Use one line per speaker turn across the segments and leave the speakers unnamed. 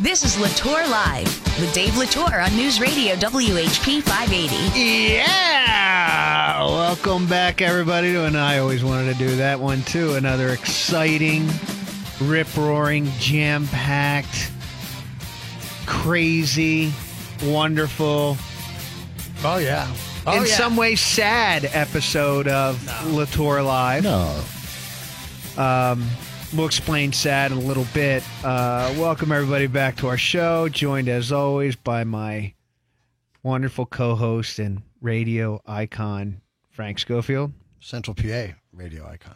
This is Latour Live with Dave Latour on News Radio WHP 580.
Yeah! Welcome back, everybody. to- And I always wanted to do that one too. Another exciting, rip roaring, jam packed, crazy, wonderful,
Oh yeah. Oh
in
yeah.
some way sad episode of Latour Live.
no.
We'll explain sad in a little bit. Uh, welcome, everybody, back to our show. Joined, as always, by my wonderful co host and radio icon, Frank Schofield.
Central PA radio icon.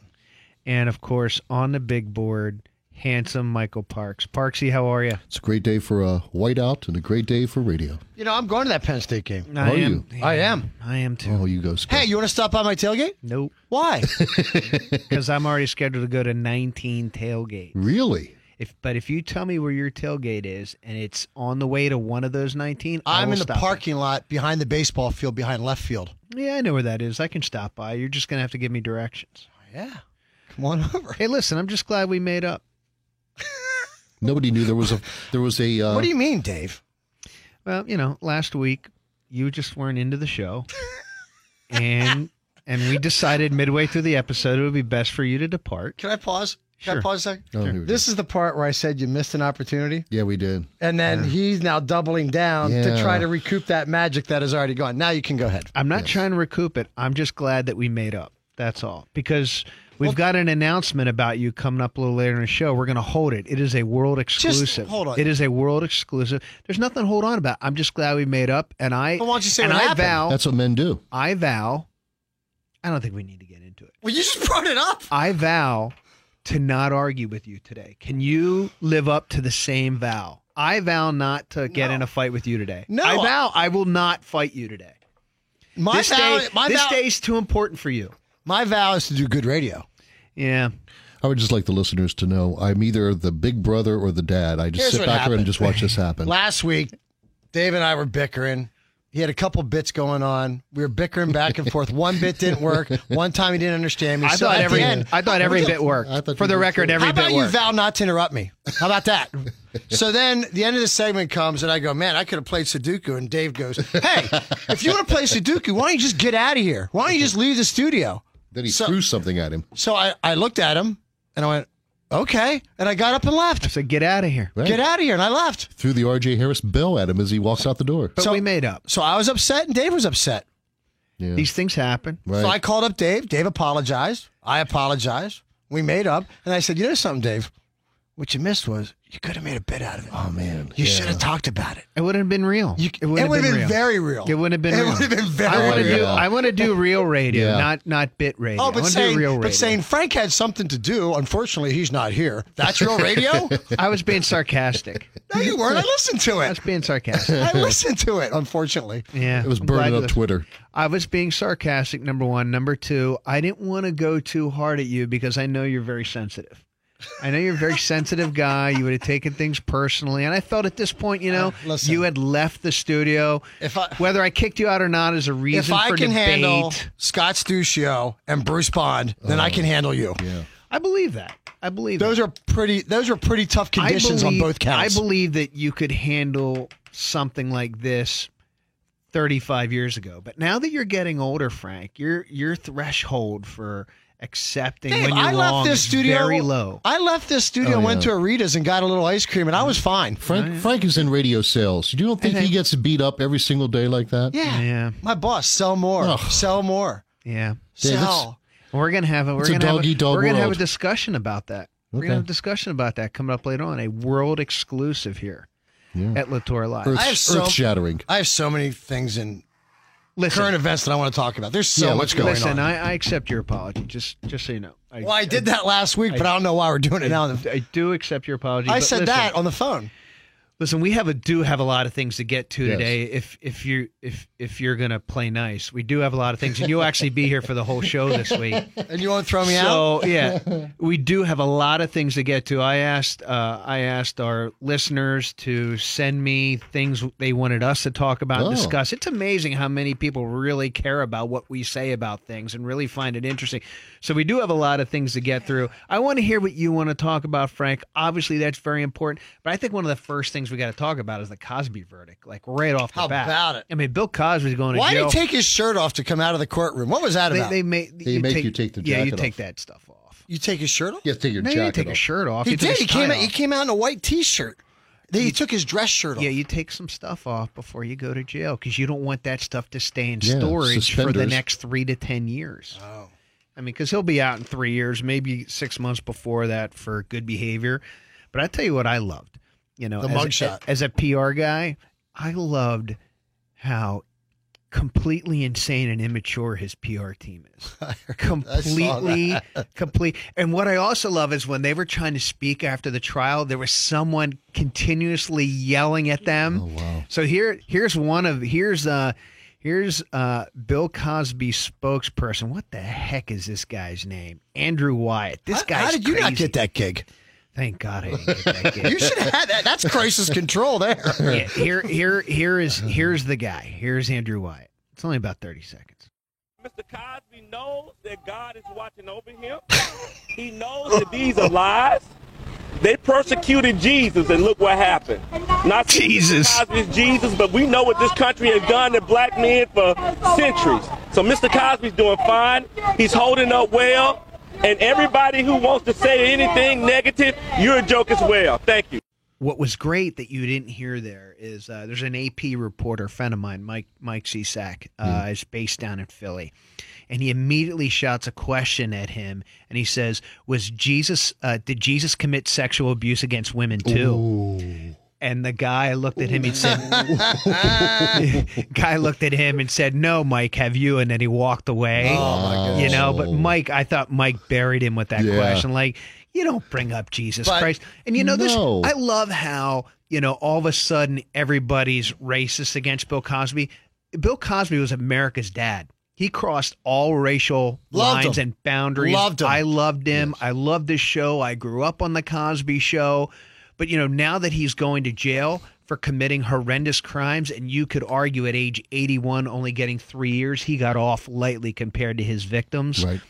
and of course on the big board, handsome Michael Parks. Parksy, how are you?
It's a great day for a whiteout and a great day for radio.
You know, I'm going to that Penn State game.
I
are
am.
I am.
I am too.
Oh, you go, Scott.
Hey, you want to stop by my tailgate?
Nope,
Why?
because I'm already scheduled to go to 19 tailgate.
really?
If but if you tell me where your tailgate is and it's on the way to one of those 19, I
I'm
will
in the
stop
parking lot behind the baseball field, behind left field.
by. Yeah, I know where that is. I can stop by. You're just gonna have to give me directions.
Yeah. Come on over.
Hey, listen, I'm just glad we made up.
Nobody knew there was a there was a uh,
What do you mean, Dave?
Well, you know, last week you just weren't into the show, and and we decided midway through the episode it would be best for you to depart.
Can I pause? Can
Sure.
I pause a second?
Oh, here we
This is the part where I said you missed an opportunity,
yeah, we did.
and then he's now doubling down to
Yeah.
try to recoup that magic that is already gone. Now you can go ahead.
I'm not trying to recoup it. I'm just glad that we made up. That's all. Because we've got an announcement about you coming up a little later in the show. We're going to hold it. It is a world exclusive.
hold on.
It is a world exclusive. There's nothing to hold on about. I'm just glad we made up. And I.
But why don't you say
and
what
I
happened?
vow.
That's what men do.
I vow. I don't think we need to get into it.
Well, you just brought it up.
I vow to not argue with you today. Can you live up to the same vow? I vow not to get in a fight with you today.
No.
I vow I will not fight you today.
My
this
vow.
day,
my,
this
vow
day's too important for you.
my vow is to do good radio.
Yeah.
I would just like the listeners to know I'm either the big brother or the dad. I just
Here's
sit
what
back there
happened.
and just watch this happen.
Last week, Dave and I were bickering. He had a couple bits going on. We were bickering back and forth. One bit didn't work. One time he didn't understand me.
I
so
thought
at
every
the end,
I thought every
How
bit worked.
I thought
For
you
the
did
record,
too.
every
about
bit
you
worked.
vow not to interrupt me? How about that? So then the end of the segment comes, and I go, man, I could have played Sudoku. And Dave goes, hey, if you want to play Sudoku, why don't you just get out of here? Why don't you just leave the studio?
Then he
So-
threw something at him.
So I, I looked at him and I went, okay. And I got up and
I
left.
said, get out of here.
Right?
Get out of here. And I left.
Threw the R.J. Harris bell at him as he walks out the door.
But
So-
we made up.
So I was upset, and Dave was upset.
Yeah.
These things happen.
right.
So I called up Dave. Dave apologized. I apologized. We made up. And I said, You know something, Dave? What you missed was you could have made a bit out of it.
oh man,
You should have talked about it.
It wouldn't have been real.
You,
it wouldn't
would've
have been, real.
very real.
It wouldn't have been
It
real.
would have been
I
very
want to
real.
do.
real.
I want to do real radio,
Yeah.
not not bit radio.
Oh,
I
but
wanna
saying,
do real radio.
but saying Frank had something to do. Unfortunately, he's not here. That's real radio.
I was being sarcastic.
no, you weren't. I listened to
I was
it.
being sarcastic.
I listened to it. Unfortunately,
Yeah,
it was
I'm glad
burning
you
up
listened.
Twitter.
I was being sarcastic. Number one. Number two. I didn't want to go too hard at you because I know you're very sensitive. I know you're a very sensitive guy. You would have taken things personally, and I felt at this point, you know,
Uh, listen.
you had left the studio.
If I-
Whether I kicked you out or not is a reason
if I
for
can
debate.
handle Scott Stuccio and Bruce Bond, then
Oh.
I can handle you.
I believe that. I believe that.
Those are pretty. Those were pretty tough conditions
I believe,
on both
I
counts.
believe that you could handle something like this 35 years ago. But now that you're getting older, Frank, your your threshold for accepting
Dave,
when you're
I left
wrong
this
is
studio
very low.
I left this studio,
Oh,
and went to
yeah.
Arita's and got a little ice cream, and I was fine.
Frank Frank is in radio sales. You don't think
Okay.
he gets beat up every single day like that?
Yeah.
Yeah.
My boss, sell more,
Ugh.
sell more,
yeah.
Dave, it's-
sell.
We're gonna have a we're
It's a
gonna have a,
dog-eat-dog
we're gonna have a
world.
discussion about that. We're gonna
Okay.
have a discussion about that coming up later on. A world exclusive here
Yeah.
at Latour Live.
Earth,
I have so-
earth shattering.
I have so many things in
listen,
current events that I want to talk about. There's so
Yeah,
much
let's
going
listen,
on.
I, I accept your apology. Just just so you know. I,
well, I did that last week, but I don't know why we're doing it now.
I, I do accept your apology.
I
but
said
listen,
that on the phone.
Listen, we have a do have a lot of things to get to
Yes.
today. If if you if if you're gonna play nice, we do have a lot of things, and you'll actually be here for the whole show this week.
And you won't throw me out?
so yeah, we do have a lot of things to get to. I asked uh, I asked our listeners to send me things they wanted us to talk about
Oh.
and discuss. It's amazing how many people really care about what we say about things and really find it interesting. So we do have a lot of things to get through. I want to hear what you want to talk about, Frank. Obviously, that's very important. But I think one of the first things we got to talk about is the Cosby verdict, like right off the
How
bat.
about it?
I mean, Bill Cosby's going to
Why did
jail.
he take his shirt off to come out of the courtroom? What was that
They,
about?
they make
They make you take the
yeah, you
jacket
take
off.
that stuff off.
you take his shirt off?
You have to take your
No, you
jacket
didn't take
off.
a shirt off.
He
You took his
did. He came
tie
out. He
off.
came out in a white T-shirt. Then he took his dress shirt off.
Yeah, you take some stuff off before you go to jail because you don't want that stuff to stay in
Yeah,
storage for the
suspenders.
next three to ten years.
Oh.
I mean, because he'll be out in three years, maybe six months before that for good behavior. But I tell you what, I loved, you know,
The
as,
mugshot.
as a PR guy, I loved how completely insane and immature his PR team is. completely, complete. And what I also love is when they were trying to speak after the trial, there was someone continuously yelling at them.
Oh wow.
So here, here's one of here's uh here's uh Bill Cosby spokesperson. What the heck is this guy's name? Andrew Wyatt. This
How-
guy's
How did you not
crazy.
get that gig?
Thank God I didn't get that.
You
gig.
should have had that. That's crisis control there.
yeah, here, here, here is
Uh-huh.
here's the guy. Here's Andrew Wyatt. It's only about thirty seconds.
Mr. Cosby knows that God is watching over him. he knows that these are lies. They persecuted Jesus, and look what happened. Not saying
Jesus.
Mr. Cosby's Jesus, but we know what this country has done to black men for centuries. So Mr. Cosby's doing fine. He's holding up well. And everybody who wants to say anything negative, you're a joke as well. Thank you.
What was great that you didn't hear there is uh, there's an AP reporter friend of mine, Mike Mike Cisak, uh, is based down in Philly, and he immediately shouts a question at him, and he says, "Was Jesus? Uh, did Jesus commit sexual abuse against women too?" And the guy looked at him and said, "Guy looked at him and said, no, Mike, have you?" And then he walked away.
Oh,
my
You know,
gosh.
but Mike, I thought Mike buried him with that
Oh. Yeah.
question, like. You don't bring up Jesus
But-
Christ, and you know this.
No.
I love how you know all of a sudden everybody's racist against Bill Cosby. Bill Cosby was America's dad. He crossed all racial
Loved
lines
him.
and boundaries.
Loved him.
I loved him. I loved this show. I grew up on the Cosby Show, but you know now that he's going to jail for committing horrendous crimes, and you could argue at age eighty-one only getting three years, he got off lightly compared to his victims.
Right.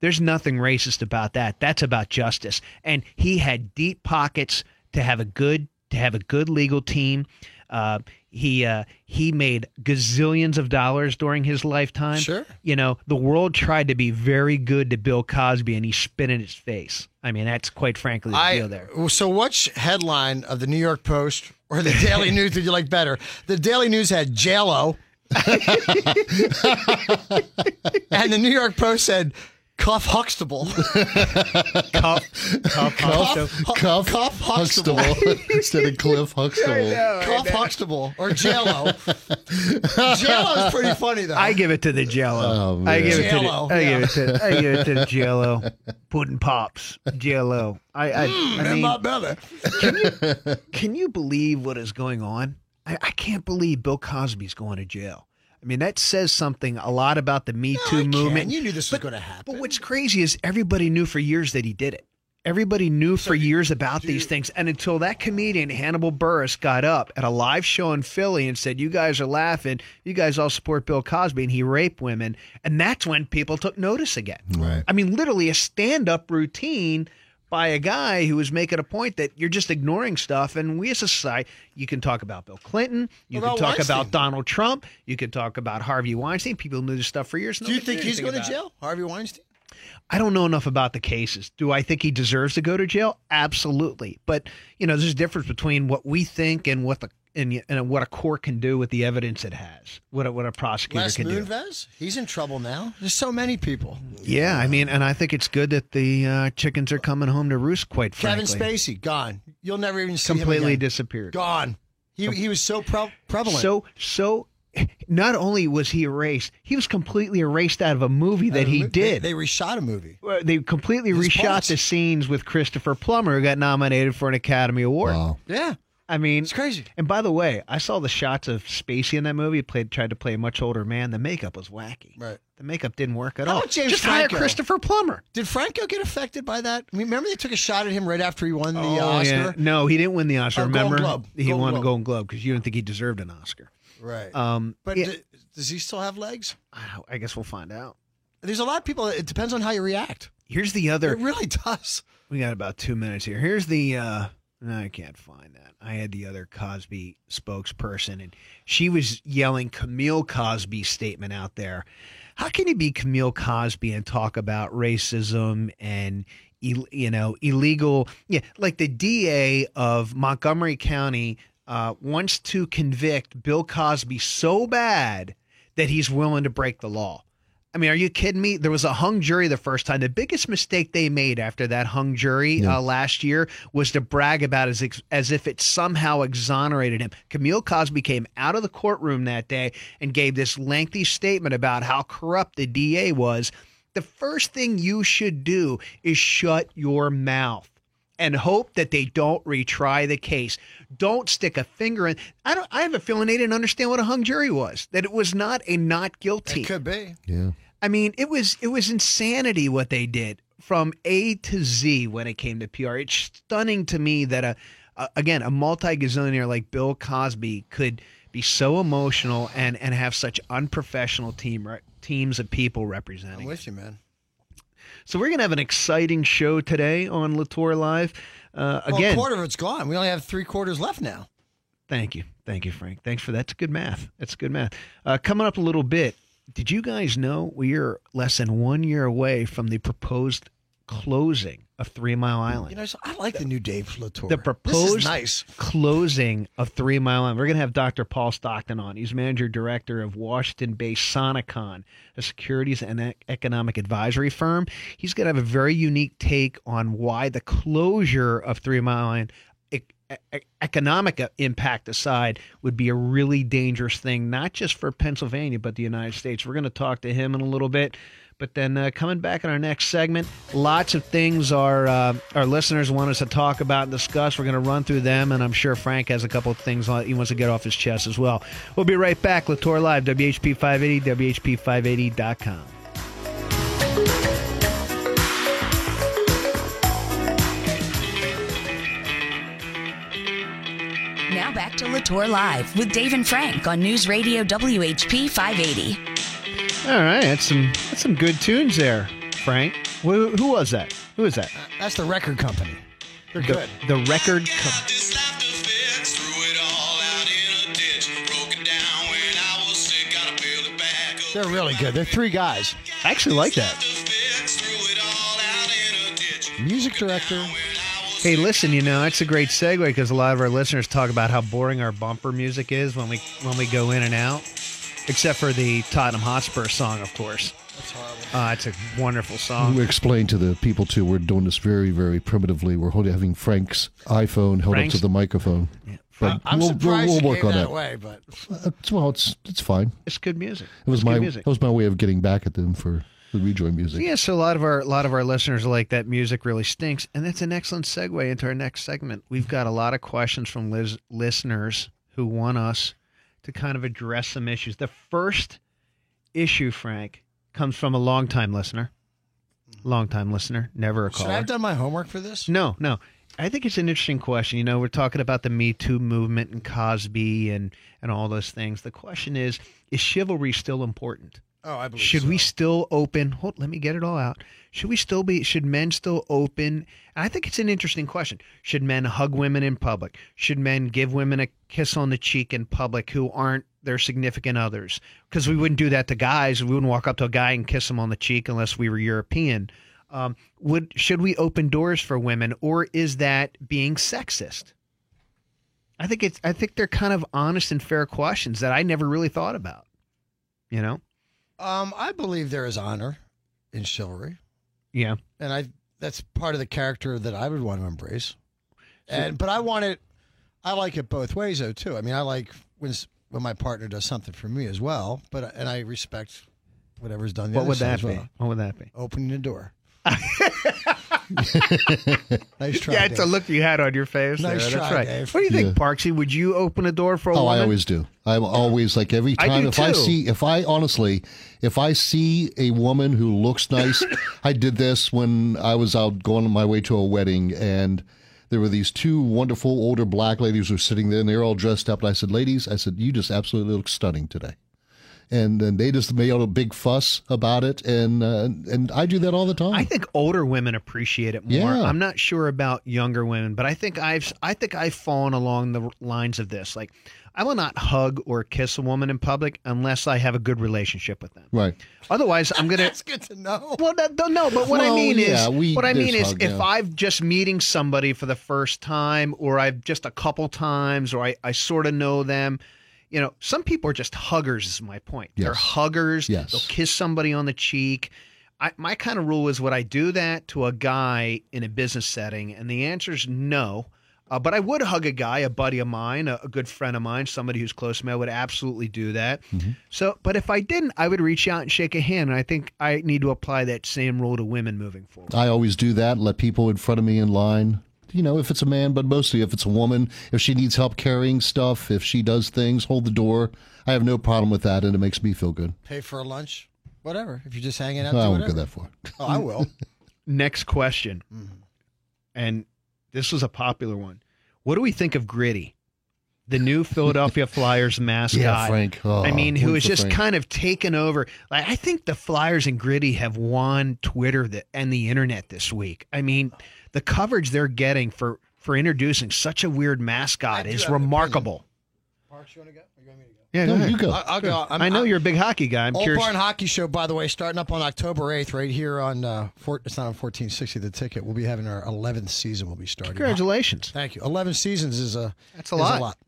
There's nothing racist about that. That's about justice. And he had deep pockets to have a good to have a good legal team. Uh, he uh, he made gazillions of dollars during his lifetime.
Sure.
You know, the world tried to be very good to Bill Cosby, and he spit in his face. I mean, that's quite frankly the deal there.
So, which headline of the New York Post or the Daily News did you like better? The Daily News had JLo, and the New York Post said Cuff Huxtable.
Cuff, cuff, cuff.
Hu-
Cuff,
Cuff
Huxtable,
Huxtable.
instead of Cliff Huxtable.
Cuff Huxtable or JLo. JLo is pretty funny though.
I give it to the Jello.
Oh,
I give it to the,
Jell-O,
I give it to I give it to the Jello. Pudding pops, Jello. I I, I mean,
belly.
can you believe what is going on? I, I can't believe Bill Cosby's going to jail. I mean, that says something a lot about the Me Too movement.
You knew this was going to happen.
But what's crazy is everybody knew for years that he did it. Everybody knew for years about these things. And until that comedian, Hannibal Burris, got up at a live show in Philly and said, You guys are laughing. You guys all support Bill Cosby and he raped women. And that's when people took notice again.
Right.
I mean, literally a stand up routine by a guy who was making a point that you're just ignoring stuff. And we as a society, you can talk about Bill Clinton. You
What
can
about
talk about
Weinstein?
Donald Trump. You can talk about Harvey Weinstein. People knew this stuff for years.
Do you
Nobody
think
did
he's
anything
going
about
to
it.
jail, Harvey Weinstein?
I don't know enough about the cases. Do I think he deserves to go to jail? Absolutely. But you know, there's a difference between what we think and what the and, and what a court can do with the evidence it has. What a, what a prosecutor
Les
can do.
Moonves, he's in trouble now. There's so many people.
Yeah, I mean, and I think it's good that the uh, chickens are coming home to roost. Quite
Kevin
frankly,
Spacey gone. You'll never even see him
completely
again.
disappeared.
gone. He he was so pre- prevalent.
So so, not only was he erased, he was completely erased out of a movie that he
They-
did.
They, reshot a movie.
Well, they completely
His
reshot
parts.
the scenes with Christopher Plummer, who got nominated for an Academy Award.
Wow.
Yeah,
I mean,
it's crazy.
And by the way, I saw the shots of Spacey in that movie. He Played tried to play a much older man. The makeup was wacky.
Right.
The makeup didn't work at
How
all.
about James
Just hire
Franco?
Christopher Plummer.
Did Franco get affected by that? I mean, remember they took a shot at him right after he won the uh,
Oh,
Oscar.
yeah. No, he didn't win the Oscar.
Oh, Golden
remember,
Globe.
he
Golden
won a
Globe.
Golden Globe because you didn't think he deserved an Oscar.
Right.
Um,
but
yeah,
d- does he still have legs?
I- I guess we'll find out.
There's a lot of people. It depends on how you react.
Here's the
It
other.
really does.
We got about two minutes here. Here's the uh, No, I can't find that. I had the other Cosby spokesperson, and she was yelling Camille Cosby's statement out there. How can you be Camille Cosby and talk about racism and ill- you know illegal? Yeah, like the DA of Montgomery County uh, wants to convict Bill Cosby so bad that he's willing to break the law. I mean, are you kidding me? There was a hung jury the first time. The biggest mistake they made after that hung jury uh, last year was to brag about as ex- as if it somehow exonerated him. Camille Cosby came out of the courtroom that day and gave this lengthy statement about how corrupt the DA was. The first thing you should do is shut your mouth and hope that they don't retry the case. Don't stick a finger in. I don't. I have a feeling they didn't understand what a hung jury was. That it was not a not guilty.
Could be.
Yeah.
I mean, it was it was insanity what they did from A to Z when it came to PR. It's stunning to me that a, a again a multi gazillionaire like Bill Cosby could be so emotional and and have such unprofessional team re- teams of people
I'm
representing.
with you, man.
So we're gonna have an exciting show today on Latour Live. Uh,
Well,
again,
a quarter of it's gone. We only have three quarters left now.
Thank you. Thank you, Frank. Thanks for that. That's good math. That's good math. Uh, coming up a little bit, did you guys know we are less than one year away from the proposed closing of Three Mile Island?
You know, so I like the new Dave Latour.
the
this
proposed
is nice.
closing of Three Mile Island. We're going to have Dr. Paul Stockton on. He's manager director of Washington based Sonicon, a securities and e- economic advisory firm. He's going to have a very unique take on why the closure of Three Mile Island. e- e- Economic uh, impact aside, would be a really dangerous thing, not just for Pennsylvania, but the United States. We're going to talk to him in a little bit. But then uh, coming back in our next segment, lots of things our uh, our listeners want us to talk about and discuss. We're going to run through them, and I'm sure Frank has a couple of things on- he wants to get off his chest as well. We'll be right back. Latour Live, WHP 580, WHP580.com.
Now back to Latour Live with Dave and Frank on News Radio WHP 580.
All right, that's some that's some good tunes there, Frank. Who, who was that? Who was that?
That's the record company. They're
The,
good.
the record. Co-
This life to fix, threw it all out in a ditch. Broke it down when I was sick, gotta build it back up.
They're really good. They're three guys.
I actually like that.
To fix, threw it all out in a ditch.
Music director.
When I was
Hey, listen, you know, it's a great segue because a lot of our listeners talk about how boring our bumper music is when we when we go in and out, except for the Tottenham Hotspur song, of course. Uh, it's a wonderful song.
We explained to the people too. We're doing this very, very primitively. We're holding, having Frank's iPhone held
Frank's-
up to the microphone. But
I'm
we'll,
surprised
we'll,
you
we'll work
gave
on
that
that.
away, but
Uh, it's- well, it's it's fine.
It's good music.
It was
it's
my
good music.
that was my way of getting back at them for the rejoin music.
Yeah, so a lot of our a lot of our listeners are like that music really stinks, and that's an excellent segue into our next segment. We've got a lot of questions from Liz, listeners who want us to kind of address some issues. The first issue, Frank, comes from a longtime listener, longtime listener, never a
should
caller.
I have done my homework for this?
No, no. I think it's an interesting question. You know, we're talking about the Me Too movement and Cosby and and all those things. The question is, is chivalry still important?
Oh, I believe.
Should we
so.
still open? Hold, let me get it all out. Should we still be? Should men still open? And I think it's an interesting question. Should men hug women in public? Should men give women a kiss on the cheek in public who aren't their significant others? Because we wouldn't do that to guys. We wouldn't walk up to a guy and kiss him on the cheek unless we were European. Um, would should we open doors for women, or is that being sexist? I think it's. I think they're kind of honest and fair questions that I never really thought about. You know?
Um, I believe there is honor in chivalry,
Yeah.
and I that's part of the character that I would want to embrace. And but I want it. I like it both ways, though. Too. I mean, I like when s- when my partner does something for me as well. But I- and I respect whatever's done. The
What
other
would
side
that
as well.
be? What would that be?
Opening the door. nice try.
yeah, it's a
Dave.
look you had on your face.
Nice
there. That's
try,
right.
Dave.
What do you
Yeah.
think, Parksy? Would you open a door for a
Oh,
woman?
I always do. I'm always like every
I
time
do
if I
too.
see if I honestly if I see a woman who looks nice, I did this when I was out going on my way to a wedding and there were these two wonderful older black ladies who were sitting there and they were all dressed up and I said, "Ladies, I said you just absolutely look stunning today." and then they just made a big fuss about it, and uh, and I do that all the time.
I think older women appreciate it more.
Yeah.
I'm not sure about younger women, but I think I've I think I've fallen along the lines of this. Like, I will not hug or kiss a woman in public unless I have a good relationship with them.
right.
Otherwise, I'm gonna.
That's good to know.
Well, that, no, no, but what I
Well,
mean
yeah,
is,
we-
what I
there's
mean is,
hug,
if
yeah.
I'm just meeting somebody for the first time, or I've just a couple times, or I, I sort of know them, you know, some people are just huggers. Is my point. They're
Yes.
huggers.
Yes.
They'll kiss somebody on the cheek. I, my kind of rule is, would I do that to a guy in a business setting? And the answer is no. Uh, but I would hug a guy, a buddy of mine, a, a good friend of mine, somebody who's close to me. I would absolutely do that. So, but if I didn't, I would reach out and shake a hand. And I think I need to apply that same rule to women moving forward.
I always do that. Let people in front of me in line. You know, if it's a man, but mostly if it's a woman, if she needs help carrying stuff, if she does things, hold the door. I have no problem with that, and it makes me feel good.
Pay for a lunch, whatever. If you're just hanging out,
No, I
do
won't go
whatever.
that far.
Oh, I will.
Next question,
Mm-hmm.
and this was a popular one. What do we think of Gritty, the new Philadelphia Flyers mascot?
Yeah, Frank. Oh,
I mean, who
wonderful
has just
Frank.
kind of taken over. Like, I think the Flyers and Gritty have won Twitter th- and the internet this week. I mean, the coverage they're getting for for introducing such a weird mascot
do
is
have an
remarkable.
Parks, you want to go? Or you want me to go?
Yeah,
No, you go.
Uh,
I- I'll go. I'm,
i know
I'm-
you're a big hockey guy. I'm
Old
curious.
Barn Hockey Show, by the way, starting up on October 8th, right here on, uh, four, it's not on 1460, the ticket. We'll be having our 11th season, we'll be starting.
Congratulations.
Thank you. 11 seasons is a,
That's a
is
lot.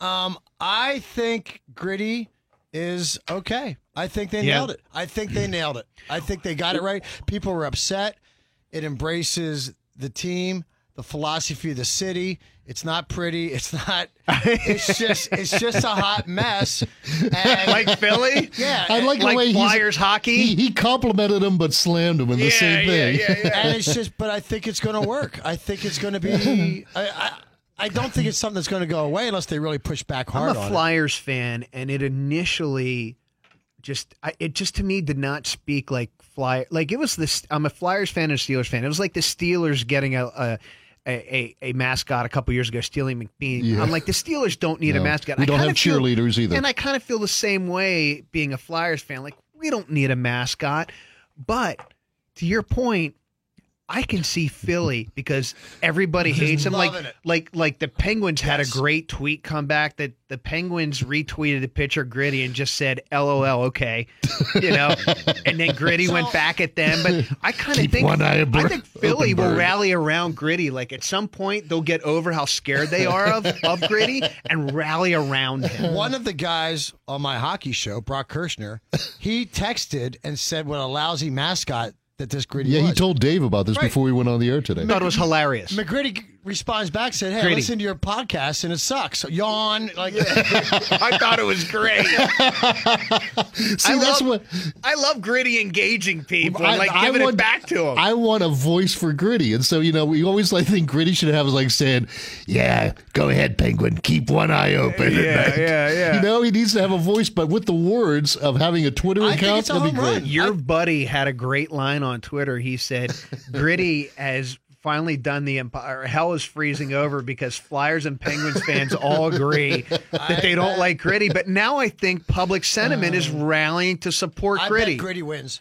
Um, I think Gritty is okay. I think they
Yeah.
nailed it. I think they nailed it. I think they got it right. People were upset. It embraces the team, the philosophy of the city. It's not pretty. It's not. It's just. It's just a hot mess. And
Like Philly?
yeah,
I like the
Like
way he's-
Flyers hockey?
He, he complimented him, but slammed him in the same thing.
and it's just but i think it's going to work i think it's going to be I, I i don't think it's something that's going to go away unless they really push back hard
I'm a
on
Flyers fan, and it initially just I, it just to me did not speak like Flyer. Like it was this. I'm a Flyers fan and a Steelers fan. It was like the Steelers getting a. a a, a, a mascot a couple years ago, stealing McBean.
Yeah.
I'm like, the Steelers don't need a
No.
mascot.
We
I
don't
kinda
have
feel-
cheerleaders either.
And I kind of feel the same way being a Flyers fan. Like, we don't need a mascot. But to your point, I can see Philly because everybody hates him. Like,
loving it.
like, like the Penguins had a great tweet come back that the Penguins retweeted a picture of Gritty and just said, "LOL, okay," you know. and then Gritty went back at them. But I kind of
Keep
think
one eye
I
abr-
think Philly
open
will
bird.
rally around Gritty. Like at some point, they'll get over how scared they are of of Gritty and rally around
it
him.
one of the guys on my hockey show brock kirschner he texted and said what a lousy mascot that this gritty
Yeah,
was.
he told Dave about this before we went on the air today.
I thought it was hilarious.
McGritty responds back, said, "Hey, I
Gritty.
listen to your podcast and it sucks." So, yawn, like
I thought it was great.
See,
I
that's
love-
what
I love Gritty engaging people, and, like
I
giving
want-
it back to him.
I want a voice for Gritty, and so you know we always like think Gritty should have like saying, "Yeah, go ahead, Penguin, keep one eye open."
Yeah, yeah, yeah.
You know he needs to have a voice, but with the words of having a Twitter
I think
account,
it's a
that'd be
home run.
great.
Your buddy had a great line on Twitter. He said, Gritty has finally done the empire. Hell is freezing over because Flyers and Penguins fans all agree that they don't like Gritty. But now I think public sentiment is
Uh,
rallying to support
I
Gritty.
bet Gritty wins.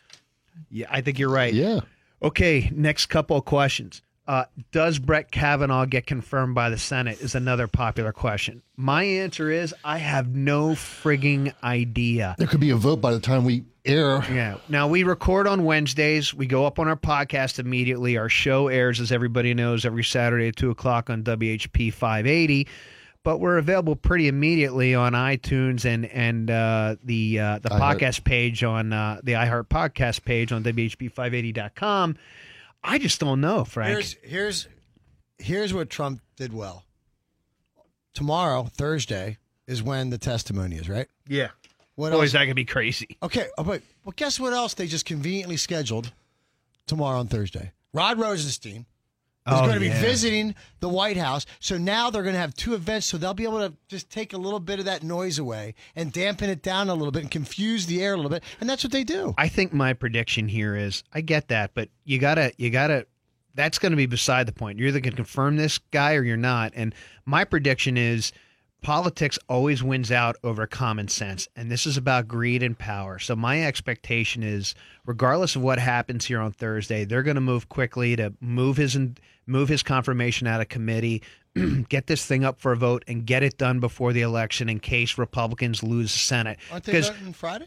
yeah, I think you're right.
Yeah,
Okay, next couple of questions. Uh, does Brett Kavanaugh get confirmed by the Senate? Is another popular question. My answer is I have no frigging idea.
there could be a vote by the time we air.
Yeah. Now we record on Wednesdays. We go up on our podcast immediately. Our show airs, as everybody knows, every Saturday at two o'clock on WHP five eighty. But we're available pretty immediately on iTunes and and uh, the uh, the
iHeart.
podcast page on uh, the iHeart podcast page on WHP580.com. I just don't know, Frank.
Here's here's here's what Trump did well. Tomorrow, Thursday, is when the testimony is, right?
yeah. Oh,
What
Always
else?
that gonna be crazy.
Okay, oh, but well, guess what else they just conveniently scheduled tomorrow and Thursday? Rod Rosenstein is
Oh,
going to
yeah.
be visiting the White House, so now they're going to have two events, so they'll be able to just take a little bit of that noise away and dampen it down a little bit and confuse the air a little bit, and that's what they do.
I think my prediction here is I get that, but you gotta you gotta that's gonna be beside the point. You're either gonna confirm this guy or you're not. And my prediction is politics always wins out over common sense, and this is about greed and power. So my expectation is, regardless of what happens here on Thursday, they're going to move quickly to move his move his confirmation out of committee, get this thing up for a vote, and get it done before the election in case Republicans lose the Senate.
Aren't they voting Friday?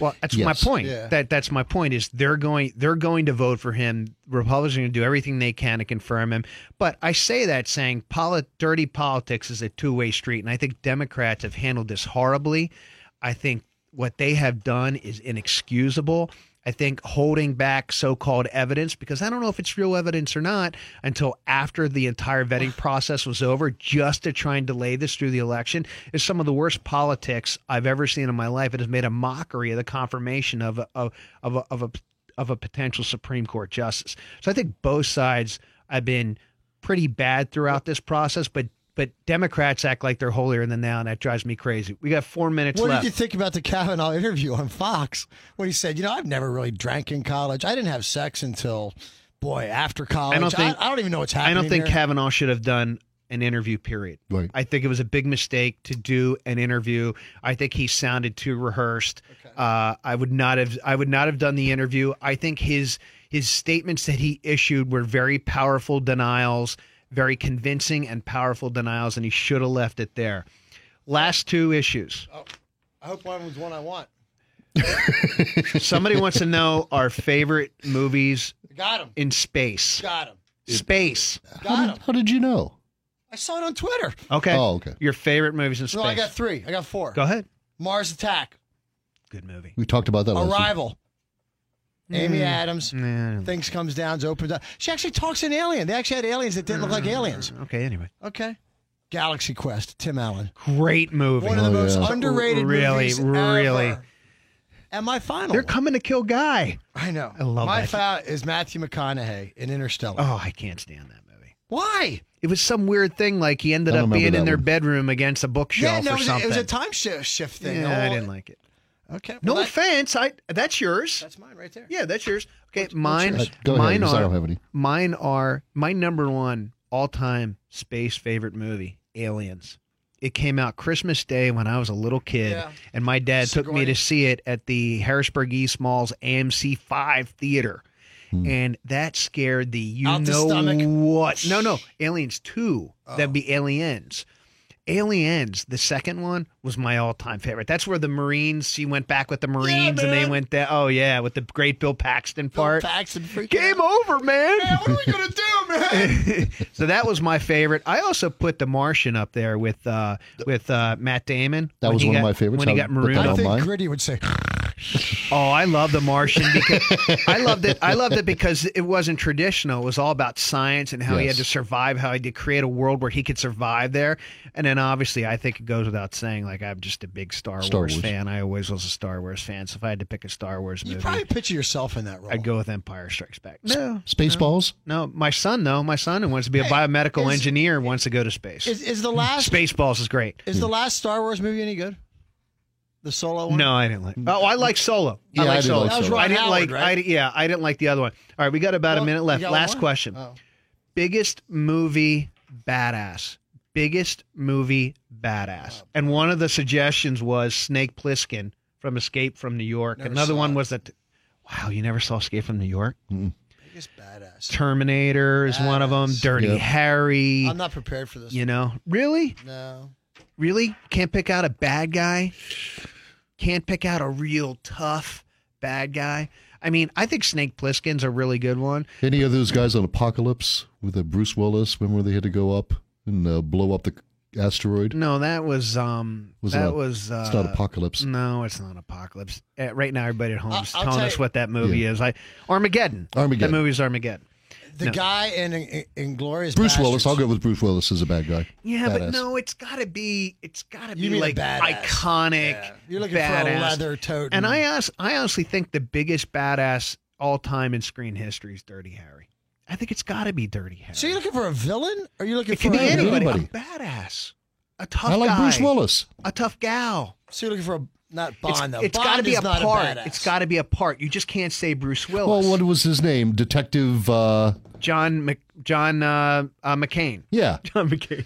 Well, that's my
Yes.
point.
Yeah.
That that's my point is they're going they're going to vote for him. Republicans are going to do everything they can to confirm him. But I say that saying polit- dirty politics is a two way street, and I think Democrats have handled this horribly. I think what they have done is inexcusable. I think holding back so called evidence, because I don't know if it's real evidence or not, until after the entire vetting process was over, just to try and delay this through the election, is some of the worst politics I've ever seen in my life. It has made a mockery of the confirmation of a, of, of a, of a, of a potential Supreme Court justice. So I think both sides have been pretty bad throughout this process, but but Democrats act like they're holier than thou, and that drives me crazy. We got four minutes
What
left.
did you think about the Kavanaugh interview on Fox when he said, "You know, I've never really drank in college. I didn't have sex until, boy, after college. I
don't think-
I, don't even know what's
I
happening."
don't think
there."
Kavanaugh should have done an interview. Period.
Right.
I think it was a big mistake to do an interview. I think he sounded too rehearsed. Uh, I would not have. I would not have done the interview. I think his his statements that he issued were very powerful denials, very convincing and powerful denials, and he should have left it there. Last two issues.
I hope one was one I want.
Somebody wants to know our favorite movies
Got him.
in space.
Got him.
Space.
How
Got
did,
him.
how did you know?
I saw it on Twitter.
Okay.
Oh, okay.
Your favorite movies in space.
No, I got three. I got four.
Go ahead.
Mars Attack,
Good movie.
We talked
Oh,
about that last
Arrival,
Mm.
Amy Adams.
Nah,
Things comes down, opens up. She actually talks an alien. They actually had aliens that didn't look
Mm.
like aliens.
Okay, anyway.
Okay. Galaxy Quest, Tim Allen.
Great movie.
One of the
Oh,
most
yeah.
underrated
Really,
movies
really.
ever. And my final,
They're
one-
coming to kill Guy.
I know.
I love
my
that.
final is Matthew McConaughey in Interstellar.
Oh, I can't stand that movie.
Why?
It was some weird thing, like he ended
I don't
up being
remember
in
that
their
one.
bedroom against a
Yeah,
bookshelf
no,
or
it was, a,
something.
it was a time shift, shift thing.
yeah, I
Oh,
didn't like it.
Okay,
No
well, that-
offense, I that's yours.
that's mine right there.
yeah, that's yours. Okay, mine.
yours? Uh, go ahead,
mine
because
are.
I don't have any.
Mine are my number one all-time space favorite movie, Aliens. It came out Christmas Day when I was a little kid,
Yeah.
and my dad took me
Sigourney.
to see it at the Harrisburg East Mall's AMC Five theater.
Hmm.
And that scared the you
Out the
know
stomach. Oh.
what? No, no, Aliens Two. That'd be Aliens. Aliens, the second one, was my all-time favorite. That's where the Marines. She went back with the Marines, and they
man.
went there. Oh yeah, with the great Bill Paxton
Bill
part.
Paxton freaking
Game
out.
over, man.
Man, what are we gonna do, man?
so that was my favorite. I also put The Martian up there with uh, with uh, Matt Damon.
That
when
was
he
one of
got-
my favorites.
When he
I
got
would put that
marooned.
on.
I
Don't
think
mind.
Gritty would say,
Oh, I love The Martian because I loved it. I loved it because it wasn't traditional. It was all about science and how he had
Yes.
to survive, how he had to create a world where he could survive there. And then obviously, I think it goes without saying, like I'm just a big Star,
Star Wars.
fan. I always was a Star Wars fan. So if I had to pick a Star Wars
"You
movie,
probably picture yourself in that role."
I'd go with Empire Strikes Back. No,
Spaceballs?
No, my son though. My son who wants to be a biomedical engineer wants to go to space.
Is, is the last
Spaceballs is great.
is the last Star Wars movie any good? The solo one.
No, I didn't like. Oh, I like Solo.
Yeah,
I
I
like
did
Solo.
like That was Solo.
Ron
I didn't
Howard,
like. I
right?
di- yeah, I didn't like the other one. All right, we got about a
Well,
minute
you
left.
got
Last
one?
question.
Oh.
Biggest movie badass. Biggest movie badass.
Oh,
And one of the suggestions was Snake Plissken from Escape from New York.
Never
Another
saw
one
it.
was that. Wow, you never saw Escape from New York?
Biggest badass.
Terminator is one of them.
Badass.
Dirty
Yeah.
Harry.
I'm not prepared for this.
you know, really?
No.
Really? Can't pick out a bad guy? Can't pick out a real tough bad guy? I mean, I think Snake Plissken's a really good one.
Any of those guys on Apocalypse with uh, Bruce Willis? Remember they had to go up and uh, blow up the asteroid?
No, that was um
Was
that
it a-
was uh
it's not Apocalypse.
No, it's not Apocalypse. Uh, right now everybody at home is
I'll
telling
tell
us
you-
what that movie is. I Armageddon.
Armageddon.
That movie's Armageddon.
The guy in, in Inglorious
Bruce Willis. I'll go with Bruce Willis as a bad guy.
Yeah,
Badass.
but no, it's got to be it's got to
You
be
mean a
like
badass.
iconic.
Yeah. You're looking for a
badass.
leather-toting-
And I ask, I honestly think the biggest badass all time in screen history is Dirty Harry. I think it's got to be Dirty Harry.
So you're looking for a villain? Or are you looking
it
for
could be
a,
anybody.
anybody. A badass, a tough
I like
guy,
Bruce Willis.
a tough gal.
So you're looking for a not
It's,
Bond though.
it's
Bond
got to be
is
a
not
part.
A badass.
it's got to be a part. You just can't say Bruce
Well,
Willis.
what was his name? Detective. Uh,
John Mc, John uh, uh, McCain.
yeah,
John McCain.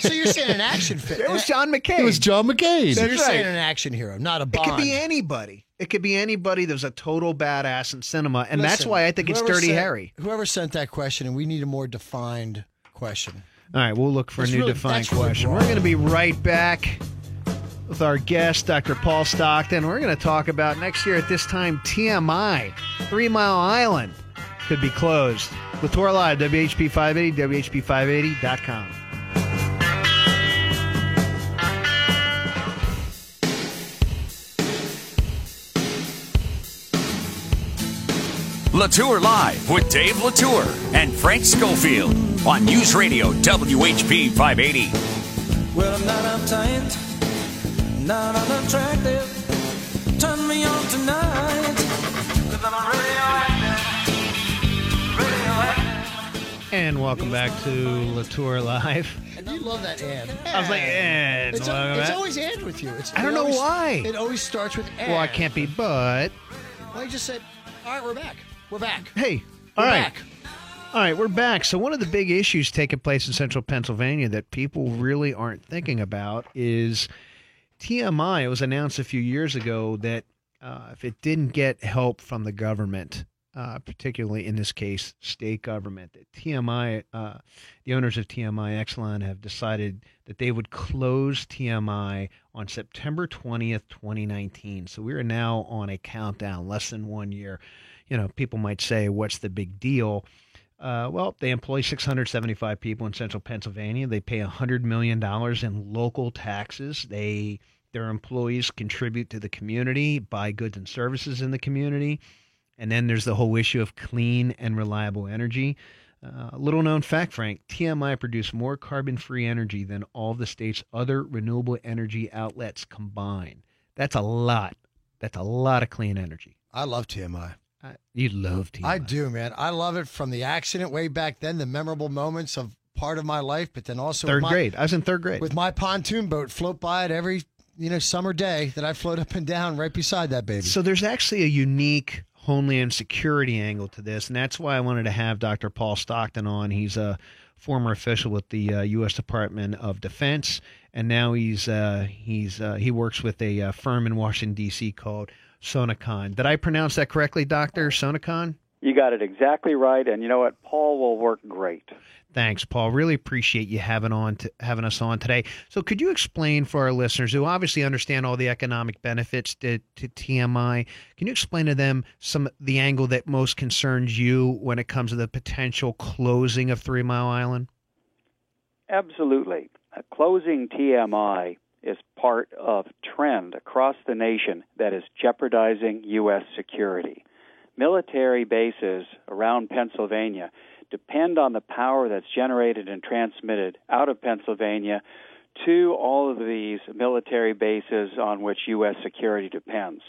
So you're saying an action fit?
It was John McCain.
it was John McCain.
So you're
That's
saying
right.
an action hero, not a
It
Bond.
could be anybody. It could be anybody that was a total badass in cinema, and that's
Listen,
why I think it's
whoever
Dirty
sent-
Harry.
Whoever sent that question, and we need a more defined question.
All right, we'll look for
That's
a new
really-
defined
that's really
question.
wrong.
We're going to be right back with our guest, Dr. Paul Stockton. We're going to talk about next year at this time TMI, Three Mile Island, could be closed. Latour Live, WHP 580, WHP580.com.
Latour Live with Dave Latour and Frank Schofield on News Radio WHP 580.
Well, I'm not uptight, not unattractive. Turn me on tonight. Cause I'm really alright Really alright
And welcome back to Latour Live.
And you love that and.
I was like, and
It's,
welcome
it's
back.
always and with you. It's,
I don't
it
know
always-
why.
It always starts with and.
well, I can't be, but
Well, you just said, all right, we're back. We're back.
hey,
We're
all right.
back.
All right, we're back. So one of the big issues taking place in central Pennsylvania that people really aren't thinking about is TMI. It was announced a few years ago that uh, if it didn't get help from the government, uh, particularly in this case, state government, that TMI, uh, the owners of TMI Exelon have decided that they would close TMI on September 20th, 2019. So we are now on a countdown, less than one year. You know, people might say, what's the big deal? Uh, well, they employ 675 people in central Pennsylvania. They pay $100 million in local taxes. They Their employees contribute to the community, buy goods and services in the community. And then there's the whole issue of clean and reliable energy. Uh, little known fact, Frank TMI produced more carbon free energy than all the state's other renewable energy outlets combined. That's a lot. That's a lot of clean energy.
I love TMI.
I, you love TMI.
I do, man. I love it from the accident way back then, the memorable moments of part of my life, but then also
Third
my,
grade. I was in third grade.
with my pontoon boat, float by it every you know summer day that I float up and down right beside that baby.
So there's actually a unique homeland security angle to this, and that's why I wanted to have Dr. Paul Stockton on. He's a former official with the uh, U.S. Department of Defense, and now he's uh, he's uh, he works with a uh, firm in Washington D.C. called Sonicon. Did I pronounce that correctly, Doctor Sonicon?
You got it exactly right, and you know what? Paul will work great.
Thanks, Paul. Really appreciate you having on to, having us on today. So, could you explain for our listeners who obviously understand all the economic benefits to, to TMI? Can you explain to them some the angle that most concerns you when it comes to the potential closing of Three Mile Island?
Absolutely. Uh, Closing TMI is part of trend across the nation that is jeopardizing U.S. security. Military bases around Pennsylvania depend on the power that's generated and transmitted out of Pennsylvania to all of these military bases on which U.S. security depends.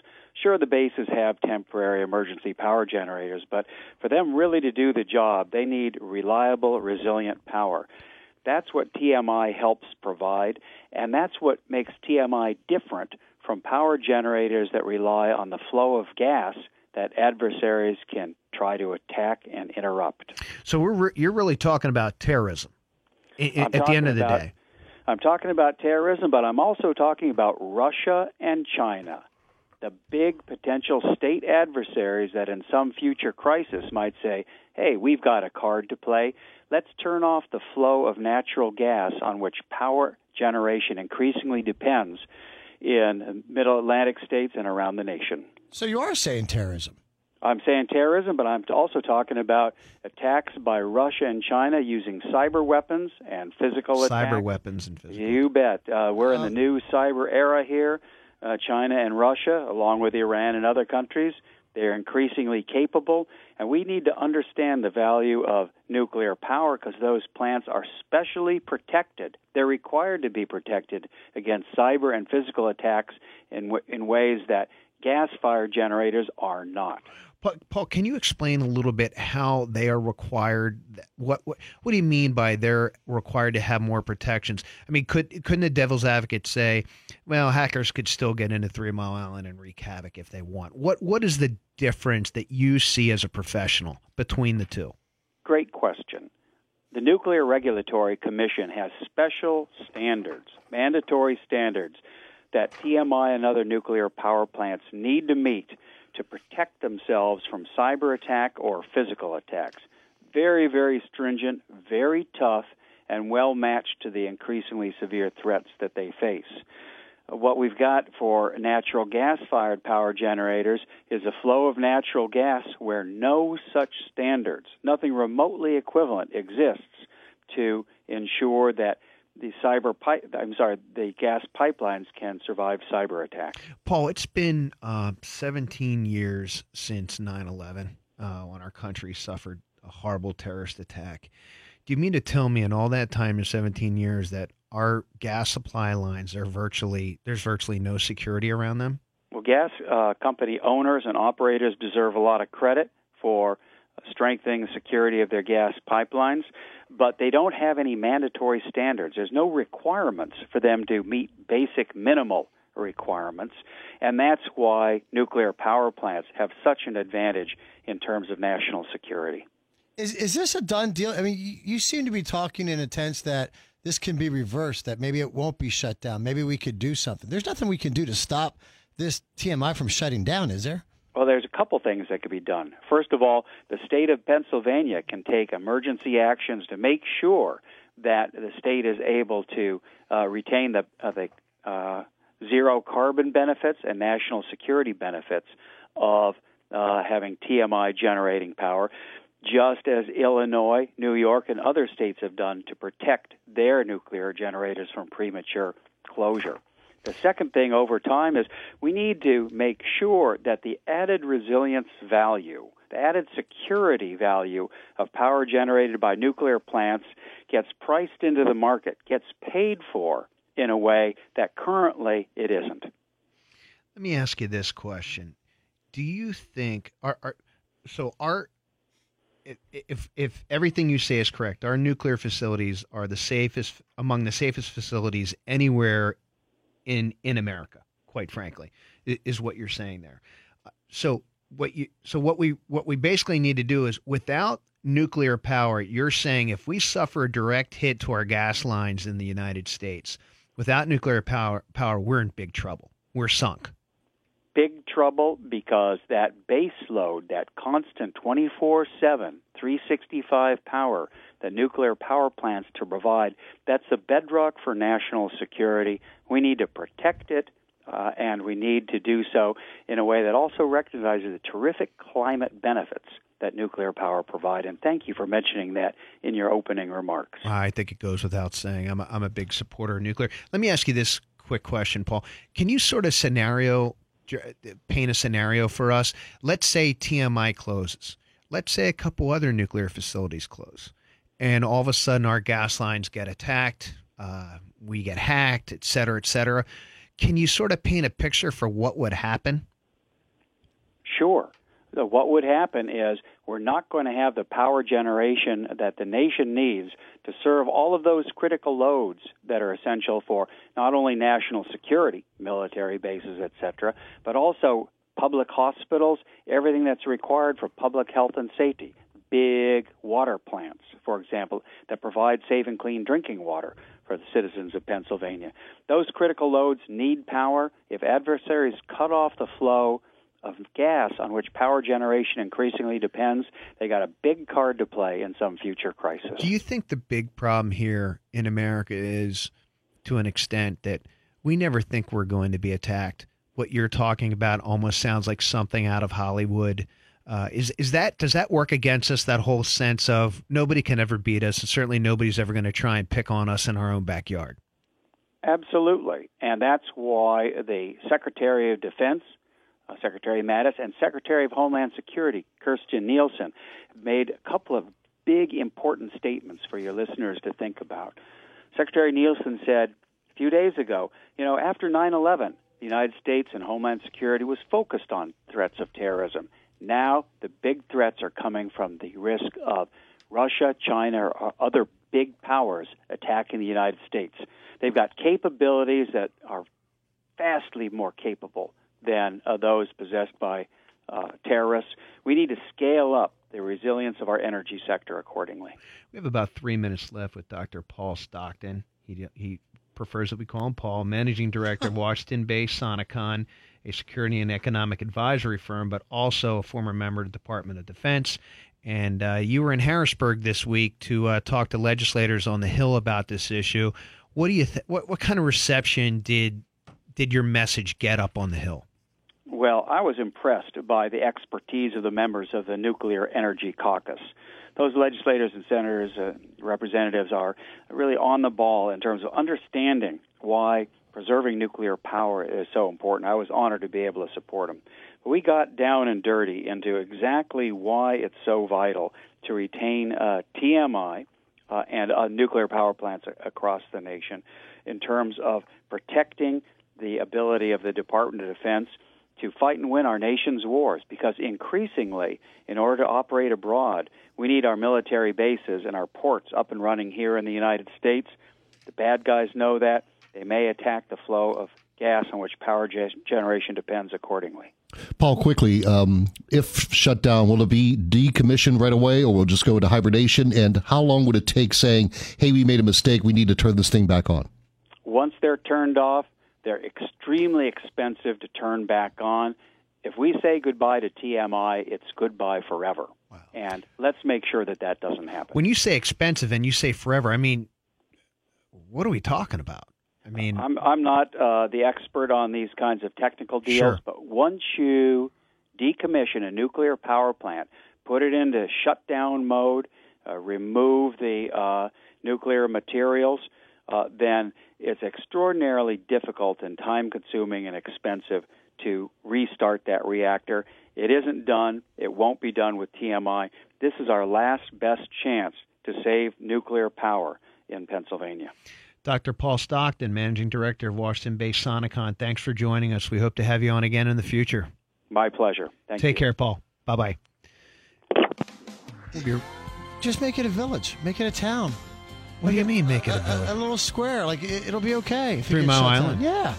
Sure, the bases have temporary emergency power generators, but for them really to do the job, they need reliable, resilient power. That's what TMI helps provide, and that's what makes TMI different from power generators that rely on the flow of gas that adversaries can try to attack and interrupt.
So, we're re- you're really talking about terrorism i- i-
I'm
at the
talking
end of the
about-
day.
I'm talking about terrorism, but I'm also talking about Russia and China, the big potential state adversaries that in some future crisis might say, hey, we've got a card to play. Let's turn off the flow of natural gas on which power generation increasingly depends in middle Atlantic states and around the nation.
So you are saying terrorism.
I'm saying terrorism, but I'm also talking about attacks by Russia and China using cyber weapons and physical attacks.
Cyber weapons and physical.
You bet. Uh, we're in the new cyber era here. Uh, China and Russia, along with Iran and other countries, they're increasingly capable. And we need to understand the value of nuclear power because those plants are specially protected. They're required to be protected against cyber and physical attacks in, w- in ways that gas fired generators are not.
Pa- Paul, can you explain a little bit how they are required? What what, what do you mean by they're required to have more protections? I mean, could couldn't a devil's advocate say, well, hackers could still get into Three Mile Island and wreak havoc if they want? What what is the difference that you see as a professional between the two?
Great question. The Nuclear Regulatory Commission has special standards, mandatory standards, that TMI and other nuclear power plants need to meet to protect themselves from cyber attack or physical attacks. Very, very stringent, very tough, and well matched to the increasingly severe threats that they face. What we've got for natural gas fired power generators is a flow of natural gas where no such standards, nothing remotely equivalent exists to ensure that the cyber pi- I'm sorry, the gas pipelines can survive cyber attacks.
Paul, it's been uh, 17 years since 9 11 uh, when our country suffered a horrible terrorist attack. Do you mean to tell me in all that time in 17 years that our gas supply lines are virtually, there's virtually no security around them?
Well, gas uh, company owners and operators deserve a lot of credit for strengthening the security of their gas pipelines, but they don't have any mandatory standards. There's no requirements for them to meet basic minimal requirements, and that's why nuclear power plants have such an advantage in terms of national security.
Is is this a done deal? I mean, you, you seem to be talking in a tense that this can be reversed. That maybe it won't be shut down. Maybe we could do something. There's nothing we can do to stop this TMI from shutting down, is there?
Well, there's a couple things that could be done. First of all, the state of Pennsylvania can take emergency actions to make sure that the state is able to uh, retain the, uh, the uh, zero carbon benefits and national security benefits of uh, having TMI generating power, just as Illinois, New York, and other states have done to protect their nuclear generators from premature closure. The second thing over time is we need to make sure that the added resilience value, the added security value of power generated by nuclear plants gets priced into the market, gets paid for in a way that currently it isn't.
Let me ask you this question: Do you think are, are so our if if everything you say is correct, our nuclear facilities are the safest among the safest facilities anywhere in in America. Quite frankly, i- is what you're saying there. Uh, So what you so what we what we basically need to do is without nuclear power, you're saying if we suffer a direct hit to our gas lines in the United States, without nuclear power power, we're in big trouble. We're sunk.
big trouble because that base load, that constant 24 7, 365 power that nuclear power plants to provide, that's the bedrock for national security. We need to protect it. Uh, and we need to do so in a way that also recognizes the terrific climate benefits that nuclear power provide. And thank you for mentioning that in your opening remarks.
I think it goes without saying. I'm a, I'm a big supporter of nuclear. Let me ask you this quick question, Paul. Can you sort of scenario dr- paint a scenario for us? Let's say TMI closes. Let's say a couple other nuclear facilities close, and all of a sudden our gas lines get attacked, uh, we get hacked, et cetera, et cetera. Can you sort of paint a picture for what would happen?
Sure. So what would happen is we're not going to have the power generation that the nation needs to serve all of those critical loads that are essential for not only national security, military bases, etc., but also public hospitals, everything that's required for public health and safety. Big water plants, for example, that provide safe and clean drinking water for the citizens of Pennsylvania. Those critical loads need power. If adversaries cut off the flow, of gas on which power generation increasingly depends, they got a big card to play in some future crisis.
Do you think the big problem here in America is, to an extent, that we never think we're going to be attacked? What you're talking about almost sounds like something out of Hollywood. Uh, is is that does that work against us? That whole sense of nobody can ever beat us, and certainly nobody's ever going to try and pick on us in our own backyard.
Absolutely. And that's why the Secretary of Defense, uh, Secretary Mattis, and Secretary of Homeland Security, Kirstjen Nielsen, made a couple of big important statements for your listeners to think about. Secretary Nielsen said a few days ago, you know, after 9 11, the United States and Homeland Security was focused on threats of terrorism. Now the big threats are coming from the risk of Russia, China, or other big powers attacking the United States. They've got capabilities that are vastly more capable than uh, those possessed by uh, terrorists. We need to scale up the resilience of our energy sector accordingly.
We have about three minutes left with Dr. Paul Stockton. He, he prefers that we call him Paul, managing director of Washington based Sonicon, a security and economic advisory firm, but also a former member of the Department of Defense. And uh, you were in Harrisburg this week to uh, talk to legislators on the Hill about this issue. What do you th- what, what kind of reception did did your message get up on the Hill?
Well, I was impressed by the expertise of the members of the Nuclear Energy Caucus. Those legislators and senators, uh, representatives are really on the ball in terms of understanding why preserving nuclear power is so important. I was honored to be able to support them. But we got down and dirty into exactly why it's so vital to retain uh, TMI uh, and uh, nuclear power plants a- across the nation in terms of protecting the ability of the Department of Defense to fight and win our nation's wars because increasingly, in order to operate abroad, we need our military bases and our ports up and running here in the United States. The bad guys know that. They may attack the flow of gas on which power ge- generation depends accordingly.
Paul, quickly, um, if shut down, will it be decommissioned right away or will it just go into hibernation? And how long would it take saying, hey, we made a mistake, we need to turn this thing back on?
Once they're turned off, they're extremely expensive to turn back on. If we say goodbye to TMI, it's goodbye forever. And let's make sure that that doesn't happen.
When you say expensive and you say forever, I mean, what are we talking about? I mean,
I'm I'm not uh, the expert on these kinds of technical deals,
Sure.
but once you decommission a nuclear power plant, put it into shutdown mode, uh, remove the uh, nuclear materials, uh, then it's extraordinarily difficult and time-consuming and expensive to restart that reactor. It isn't done. It won't be done with TMI. This is our last best chance to save nuclear power in Pennsylvania.
Dr. Paul Stockton, Managing Director of Washington based Sonicon, thanks for joining us. We hope to have you on again in the future.
My pleasure. Thank
Take
you.
care, Paul. Bye bye.
Just make it a village. Make it a town.
What do you mean, make it a
A, a
village?
little square. Like it, it'll be okay. if it
Three
gets
Mile
shut down.
Island.
Yeah.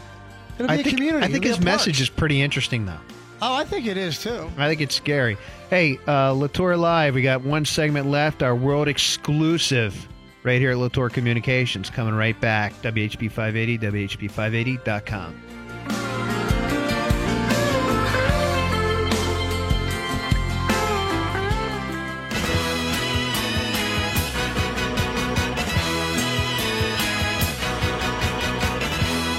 It'll be
I
a
think,
community.
I think
It'll
his
be a park.
message is pretty interesting, though.
Oh, I think it is too.
I think it's scary. Hey, uh, Latour Live, we got one segment left, our world exclusive, right here at Latour Communications, coming right back. WHP 580, WHP580.com.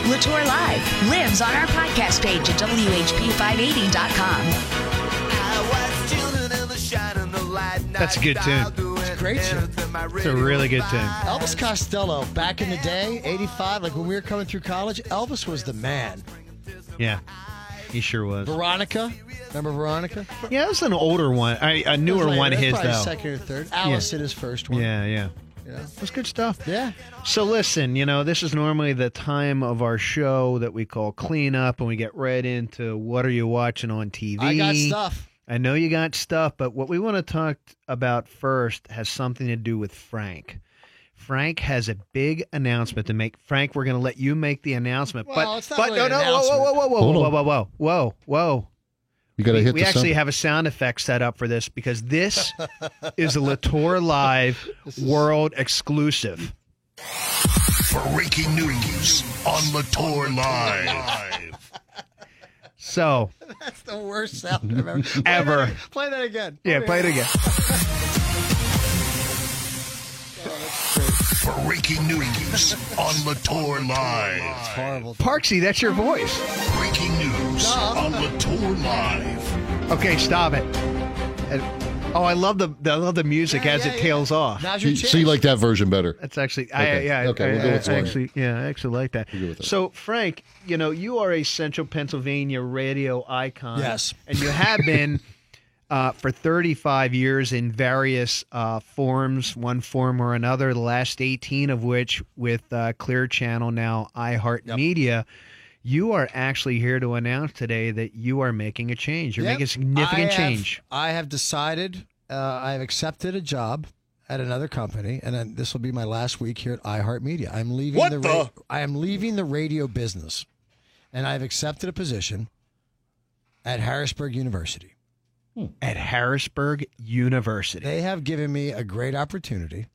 Latour Live lives on our podcast page at WHP580.com.
That's a good tune.
It's a great tune.
It's a really good tune.
Elvis Costello, back in the day, 85, like when we were coming through college, Elvis was the man.
Yeah, he sure was.
Veronica, remember Veronica?
Yeah, that's an older one, I, a newer
Later,
one of his,
probably
though.
Second or third. Alice in his first one.
Yeah, yeah.
Yeah.
That's good stuff.
Yeah.
So listen, you know, this is normally the time of our show that we call cleanup, and we get right into what are you watching on TV.
I got stuff.
I know you got stuff, but what we want to talk about first has something to do with Frank. Frank has a big announcement to make. Frank, we're going to let you make the announcement.
Well,
but
it's not
but
really
no, no,
an
whoa, whoa, whoa, whoa,
Hold
whoa,
on.
whoa, whoa, whoa, whoa.
You got to
We-
hit
we
the
actually
sound.
have a sound effect set up for this because this is a Latour Live world exclusive.
Breaking news on Latour Live.
So,
That's the worst sound I've ever. Play
Ever.
that- Play that again.
yeah, play it again.
Breaking news on Latour Live.
It's horrible.
Parksy, that's your voice.
Breaking news on Latour Live.
Okay, stop it. And- Oh, I love the I love the music as
yeah,
it
yeah.
tails off.
Now's your
You-
chance.
so you like that version better?
That's actually, I,
Okay,
yeah,
okay,
I,
we'll go
I-
with
I
Zoya.
actually, yeah, I actually like that.
We'll go with that.
So, Frank, you know, you are a Central Pennsylvania radio icon.
Yes.
and you have been uh, for 35 years in various uh, forms, one form or another. The last 18 of which with uh, Clear Channel, now iHeartMedia. You are actually here to announce today that you are making a change. You're
Yep.
making a significant
I have-
change.
I have decided. Uh, I have accepted a job at another company, and then this will be my last week here at iHeartMedia. I'm leaving
What
ra-
the?
I am leaving the radio business, and I've accepted a position at Harrisburg University.
At Harrisburg University.
They have given me a great opportunity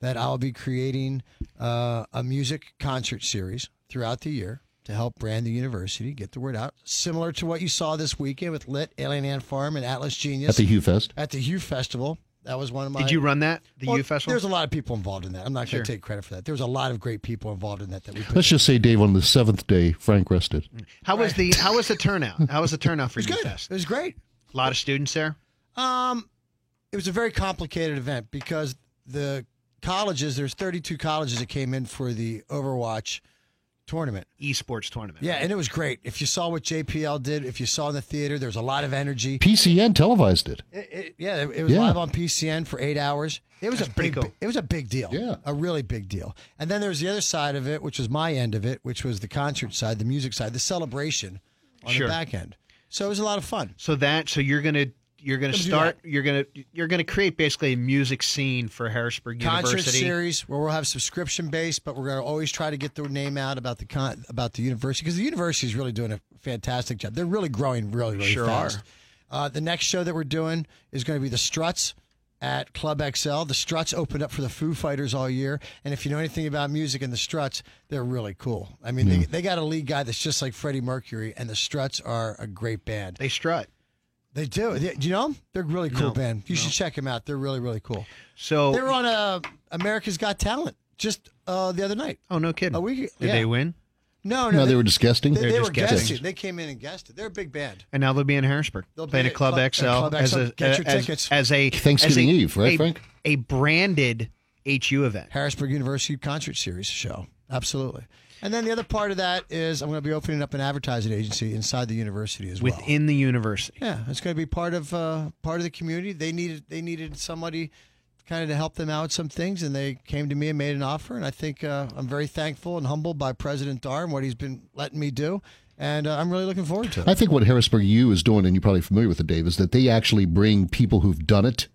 that I'll be creating uh, a music concert series throughout the year to help brand the university, get the word out. Similar to what you saw this weekend with Lit, Alien Ant Farm, and Atlas Genius
at the Hugh Fest.
at the Hugh Festival. That was one of my.
Did you run that, the
Well,
U Festival?
There's a lot of people involved in that. I'm not
Sure.
going to take credit for that. There was a lot of great people involved in that. That we put
Let's just say, Dave, on the seventh day, Frank rested.
How was the how was the turnout? How was the turnout for
It was
U
good.
Fest?
It was great.
A lot of students there.
Um, it was a very complicated event because the colleges. There's 32 colleges that came in for the Overwatch tournament.
Esports tournament.
Yeah, and it was great. If you saw what JPL did, if you saw in the theater, there was a lot of energy.
PCN televised it.
It, it, yeah, it was
Yeah.
live on PCN for eight hours. It was
That's
a
pretty
big,
cool.
It was a big deal.
Yeah.
a really big deal. And then there was the other side of it, which was my end of it, which was the concert side, the music side, the celebration on
Sure.
the back end. So it was a lot of fun.
So that so you're gonna you're gonna
Let's do
start you're gonna you're gonna create basically a music scene for Harrisburg
Concert
University.
series where we'll have subscription based, but we're going to always try to get the name out about the con- about the university because the university is really doing a fantastic job. They're really growing really really
Sure
fast.
are.
Uh, the next show that we're doing is going to be the Struts at Club XL. The Struts opened up for the Foo Fighters all year, and if you know anything about music and the Struts, they're really cool. I mean, they, they got a lead guy that's just like Freddie Mercury, and the Struts are a great band.
They strut.
They do. They, do you know them? They're a really cool
No,
band. You should check them out. They're really really cool.
So
They were on uh, America's Got Talent just uh, the other night.
oh no kidding.
a week-
Did
yeah.
they win?
No, no,
No,
they,
they were just guesting.
they, they
just
were
guessing.
guesting. They came in and guessed it. They're a big band.
And now they'll be in Harrisburg.
They'll be
playing
at
at Club,
Club-
XL,
at Club
as
XL.
a
Get your
as,
tickets.
as a
Thanksgiving
as a-
Eve, right,
a-
Frank?
A branded HU event.
Harrisburg University Concert Series show. Absolutely. And then the other part of that is I'm going to be opening up an advertising agency inside the university as well.
Within the university.
Yeah, it's going to be part of uh, part of the community. They needed they needed somebody kind of to help them out with some things, and they came to me and made an offer. And I think uh, I'm very thankful and humbled by President Dar and what he's been letting me do, and uh, I'm really looking forward to it.
I think what Harrisburg U is doing, and you're probably familiar with it, Dave, is that they actually bring people who've done it,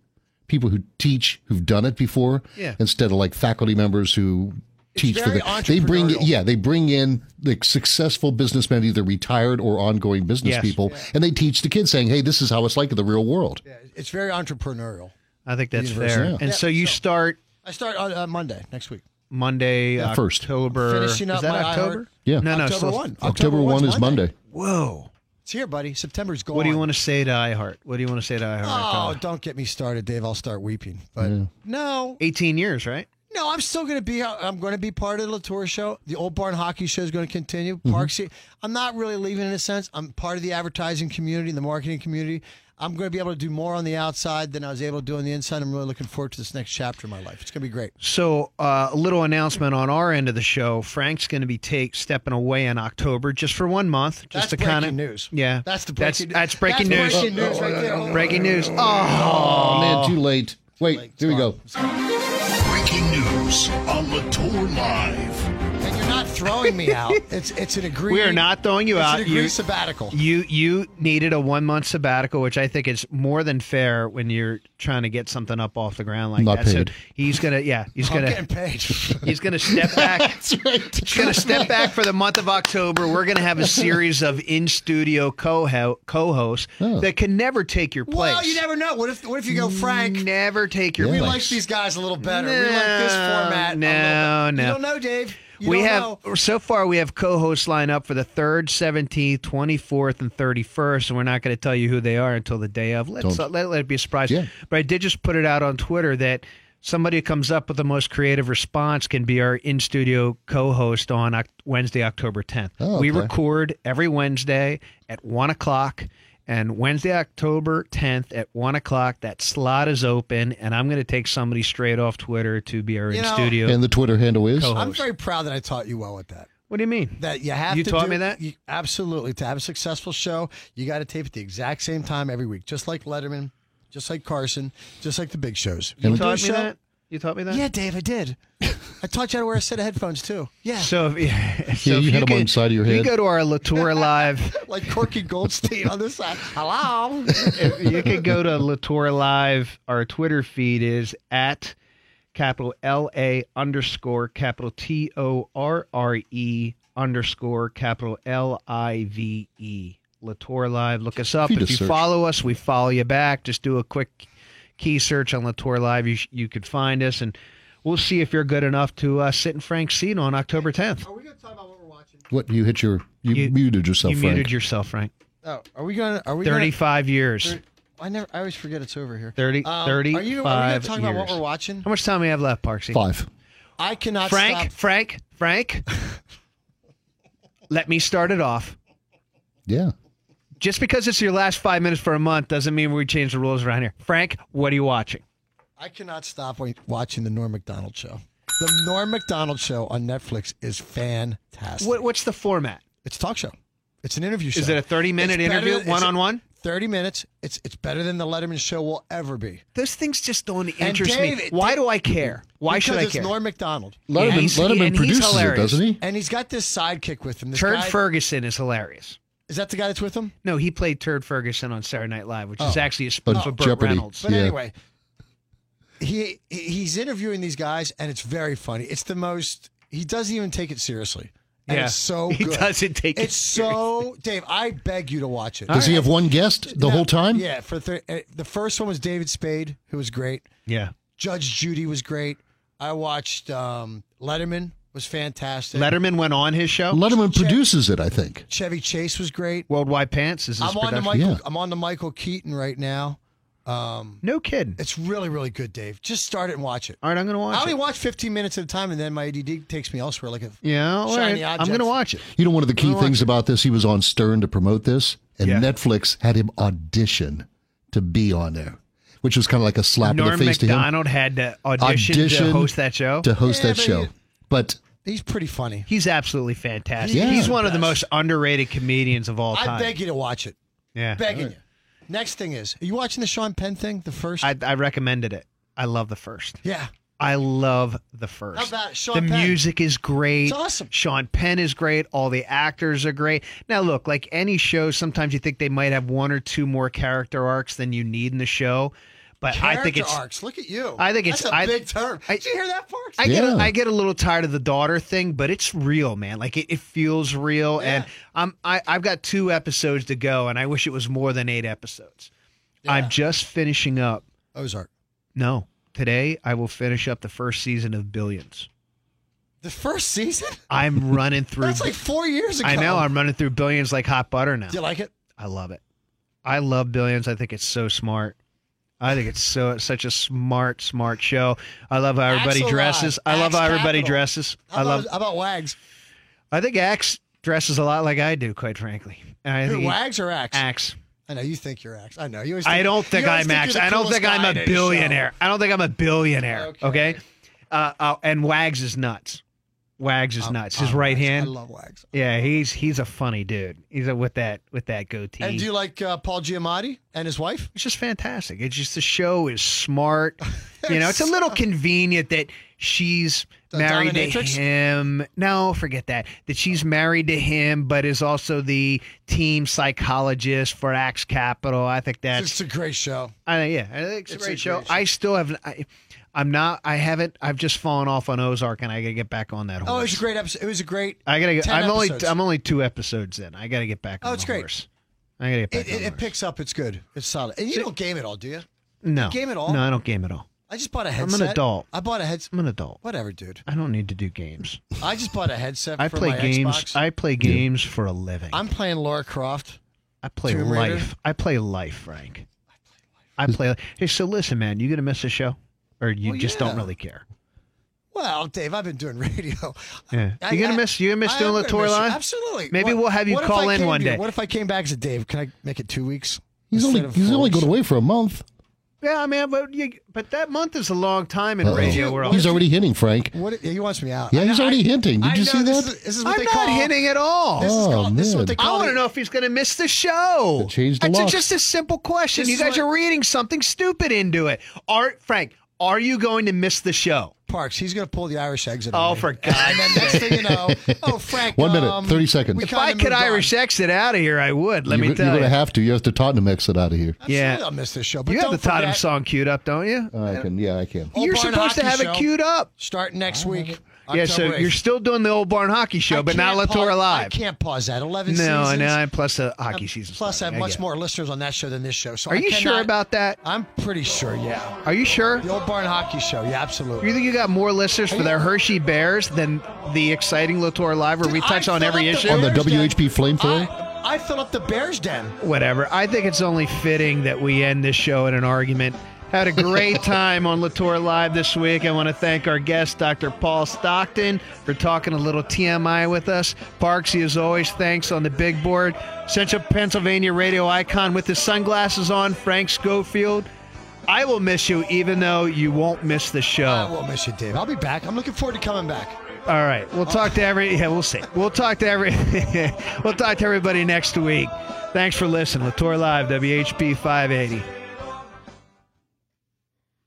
people who teach who've done it before,
Yeah.
instead of like faculty members who teach for
very
the. They bring,
entrepreneurial.
yeah, they bring in like successful businessmen, either retired or ongoing business
Yes.
people, and they teach the kids, saying, "Hey, this is how it's like in the real world."
Yeah, it's very entrepreneurial.
I think that's
University,
fair.
yeah.
And so you start
I start on uh, Monday next week.
Monday uh,
Yeah, first.
October.
Finishing up
Er, is that
my
October?
iHeart-
Yeah.
No, no.
October
so-
one.
October, one
one's
is Monday.
Whoa.
It's here, buddy. September's gone.
What do you want to say to iHeart? What do you want to say to
Oh,
iHeart? Uh,
don't get me started, Dave. I'll start weeping. But no,
18 years, right?
No, I'm still going to be. uh, I'm going to be part of the Latour show. The Old Barn Hockey Show is going to continue.
Mm-hmm.
Parks. I'm not really leaving in a sense. I'm part of the advertising community, the marketing community. I'm going to be able to do more on the outside than I was able to do on the inside. I'm really looking forward to this next chapter in my life. It's going to be great.
So, uh, a little announcement on our end of the show. Frank's going to be take stepping away in October just for one month, just
That's
to
breaking
kind of
news.
Yeah,
That's the
That's-
breaking.
That's, breaking
that's
news.
Breaking news right there. Oh,
Breaking news. Oh,
Oh, man, too late. Wait, here we go.
Breaking news on Latour Live.
And you're not throwing me out. It's it's an agreed.
we are not throwing you
it's
out.
An agreed
You,
sabbatical.
you you needed a one month sabbatical, which I think is more than fair when you're trying to get something up off the ground like
Not
that. So
paid.
he's gonna yeah he's
I'm
gonna
getting paid.
He's going to step back. That's right. He's going to step back for the month of October. We're going to have a series of in studio co hosts
Oh.
that can never take your place.
well, you never know. What if what if you go Frank?
Never take your
Yeah.
We
place.
like these guys a little better. we like this
No,
format. a little
no,
bit.
no.
You don't know, Dave. You
we
don't
have
know.
so far we have co-hosts lined up for the 3rd 17th 24th and 31st and we're not going to tell you who they are until the day of let's
Don't.
let, let it be a surprise
Yeah.
but i did just put it out on twitter that somebody who comes up with the most creative response can be our in studio co-host on Oc- wednesday october 10th
Oh,
we
okay.
record every wednesday at 1 o'clock and Wednesday, October 10th at 1 o'clock, that slot is open, and I'm going to take somebody straight off Twitter to be our
You
in
know-
studio.
And the Twitter handle is
Co-host.
I'm very proud that I taught you well with that.
what do you mean?
That you have
You
to
taught
do-
me that?
you- absolutely to have a successful show, you got to tape at the exact same time every week, just like Letterman, just like Carson, just like the big shows.
You
do a
taught me
show-
that. You You taught me that?
Yeah, Dave, I did. I taught you how to wear a set of headphones too. Yeah.
So, if, yeah, so
you
if
had 'em on
could-
the side of your
if
head.
You go to our Latour Live.
like Corky Goldstein on this side. Hello.
if you could go to Latour Live. Our Twitter feed is at capital L A underscore capital T O R R E underscore capital L I V E. Latour Live. Look us up.
If you
If you,
just search.
follow us, we follow you back. Just do a quick key search on Latour Live. You, sh- you could find us, and we'll see if you're good enough to uh, sit in Frank's seat on October 10th.
we gonna talk about what we're watching?
What you hit your you,
You-
muted yourself,
you
Frank.
muted yourself, Frank.
Oh, are we gonna? Are we Gonna,
35 years.
I never. I always forget it's over here. Um,
30
Are you? Are we gonna
35
talk about what
years.
we're watching?
How much time we have left, Parksy?
Five.
I cannot
Frank,
stop.
Frank, Frank. let me start it off.
Yeah.
Just because it's your last five minutes for a month doesn't mean we change the rules around here. Frank, what are you watching?
I cannot stop wa- watching the Norm Macdonald show. The Norm Macdonald show on Netflix is fantastic.
What, what's the format?
It's a talk show. It's an interview show.
Is it a 30-minute
It's better
interview,
it's-
one-on-one?
Thirty minutes. It's it's better than the Letterman show will ever be.
Those things just don't interest me.
David-
Why do I care? Why should
Because
I
it's
care?
Norm Macdonald,
Letterman,
he's-
Letterman
and he's
produces it,
hilarious.
doesn't he?
and he's got this sidekick with him. This
Turd
guy-
Ferguson is hilarious.
is that the guy that's with him?
No, he played Turd Ferguson on Saturday Night Live, which is actually a spoof
Oh,
of Burt
Jeopardy.
Reynolds.
But
Yeah.
anyway, he he- he's interviewing these guys, and it's very funny. It's the most. He doesn't even take it seriously. And
Yeah.
it's so
He
good.
doesn't take it
It's so Dave. I beg you to watch it.
Does he have one guest the
No,
whole time?
Yeah. For thir- uh, the first one was David Spade, who was great.
Yeah.
Judge Judy was great. I watched um, Letterman was fantastic.
Letterman went on his show.
Letterman produces it, I think.
Chevy Chase was great.
Worldwide Pants is his
I'm on to
production.
Michael.
Yeah.
I'm on to Michael Keaton right now. Um,
No kidding.
it's really really good, Dave. Just start it and watch it.
All right, I'm going to watch
I only
it.
watch 15 minutes at a time, and then my ADD takes me elsewhere. Like, a,
Yeah, all right.
Shiny
I'm
objects.
going to watch it.
You know, one of the key
Well, I-
things about this, he was on Stern to promote this, and
Yeah.
Netflix had him audition to be on there, which was kind of like a slap
Norm
in the face
MacDonald had to audition,
Audition
to host that show.
to him to host
Yeah,
that
but
show.
he-
But
he's pretty funny.
He's absolutely fantastic.
Yeah.
He's one of the most underrated comedians of all time.
I beg you to watch it.
yeah.
Begging you. Next thing is, are you watching the Sean Penn thing? The first.
I, I recommended it. I love the first.
yeah.
I love the first.
How about Sean
the
Penn?
music is great.
It's awesome.
Sean Penn is great. All the actors are great. Now, look, like any show, sometimes you think they might have one or two more character arcs than you need in the show. But I think
Character
it's
arcs. Look at you.
I think
That's
it's-
a
I-
big term.
I-
Did you hear that, Parks?
I get a,
Yeah.
I get a little tired of the daughter thing, but it's real, man. Like it, it feels real, and I'm I, I've got two episodes to go, and I wish it was more than eight episodes. I'm just finishing up.
Ozark.
No, today I will finish up the first season of Billions.
The first season.
I'm running through.
That's like four years ago.
I know I'm running through Billions like hot butter now.
Do you like it?
I love it. I love Billions. I think it's so smart. I think it's so it's such a smart, smart show. I love how everybody
Axl
dresses.
Rod,
I love
Axe
how everybody
Capital.
dresses.
How
I
about,
love
How about Wags?
I think Axe dresses a lot like I do, quite frankly. And I
Who,
think he-
Wags or Axe?
Axe.
I know you think you're Axe. I know you. Always think,
I don't think
you
I'm
always you're
Axe.
the
I don't
coolest
think I'm
guy
a
in any show.
billionaire. I don't think I'm a billionaire. Okay.
Okay.
Uh, uh, and Wags is nuts. Wags is nuts. His
Oh,
right
Wags.
hand.
I love Wags.
yeah, he's he's a funny dude. He's a, with that with that goatee.
And do you like uh, Paul Giamatti and his wife?
it's just fantastic. It's just the show is smart. You know, it's a little convenient that she's
The
married to
dominatrix?
him. No, forget that. That she's married to him, but is also the team psychologist for Axe Capital. I think that's.
It's a great show.
I think yeah, I think it's,
It's
a
a
great show.
great show.
I still have. I, I'm not. I haven't. I've just fallen off on Ozark, and I got to get back on that horse.
Oh, it was a great episode. It was a great.
I gotta. Get,
10
I'm
episodes.
only. I'm only two episodes in. I gotta get back.
Oh,
on
it's
the
great.
Horse. I gotta get back. on
It, it,
the
it
horse.
picks up. It's good. It's solid. And you don't game at all, do you?
No
game at all?
No, I don't game at all.
I just bought a
an
headset.
adult.
I bought a headset.
I'm an adult.
Whatever, dude.
I don't need to do games.
I just bought a headset.
I
for
play
my
games.
Xbox.
I play games for a living. i
I'm playing Laura Croft.
play
Tomb
life.
Raider.
I play life, Frank. I play. life. Hey, so listen, man. You gonna miss the show, or you
Well,
just don't
Oh, yeah.
really care?
Well, Dave, I've been doing radio.
Yeah.
I-
you gonna
I-
miss? You gonna miss
I
doing
am
the
gonna
tour
miss you.
line?
Absolutely.
Maybe
What-
we'll have you
what if
call
I
in
came
one
to you-
day.
What if I came back as a Dave? Can I make it two weeks?
he's
instead
only
of
he's
four
only
weeks?
going away for a month.
Yeah, I mean, but you, but that month is a long time in
Uh-oh.
radio world.
He's already hitting, Frank.
What? if- yeah, He wants me out.
Yeah,
I
he's
know-
already
I-
hinting. Did
I
you
know
see
this
that?
is- This is what
I'm
they
not
call.
hitting at all.
This is,
Oh,
called, this is what
man.
they call.
I want
it-
to know if he's going to miss the show.
Change the
That's a-
locks.
just a simple question.
This
you
is
guys
what-
are reading something stupid into it. Art Frank, Are you going to miss the show?
Parks, he's going to pull the Irish exit.
Oh,
on me.
for God's
And then next thing you know, oh Frank,
One minute,
um,
30 seconds.
we
If
If I
kinda
could
moved on.
Irish exit out of here, I would. Let
you're
me tell
going
you.
to have to. You have to Tottenham exit out of here.
yeah.
Absolutely, I'll miss this show. But
you have
don't
the Tottenham
forget,
song queued up, don't you?
I can. Yeah, I can.
Old
you're
Barn
supposed to have
Hockey
it
Show,
queued up.
Start next week.
Yeah, so
October
you're
8th.
still doing the old barn hockey show,
I
but not
can't
Latour
pause-
Live.
I can't pause that. Eleven
No,
seasons.
and I plus the hockey season.
Plus, I have
starting.
much
get it.
more listeners on that show than this show. So
Are
I
you sure
cannot-
about that?
I'm pretty sure. Yeah.
Are you sure?
The old barn hockey show. Yeah, absolutely.
You think you got more listeners for their Hershey Bears than the exciting Latour Live, where we
Dude,
touch
I
on
fill
every
up
issue?
On the
Bears Den.
WHP flamethrower?
I, I fill up the Bears den.
Whatever. I think it's only fitting that we end this show in an argument. Had a great time on Latour Live this week. I want to thank our guest, Dr. Paul Stockton, for talking a little TMI with us. Parksy, as always, thanks on the big board. Central Pennsylvania radio icon with his sunglasses on, Frank Schofield. I will miss you, even though you won't miss the show.
I won't miss you, Dave. I'll be back. I'm looking forward to coming back.
All right, we'll talk to every. Yeah, we'll see. We'll talk to every. we'll talk to everybody next week. Thanks for listening. Latour Live, WHP 580.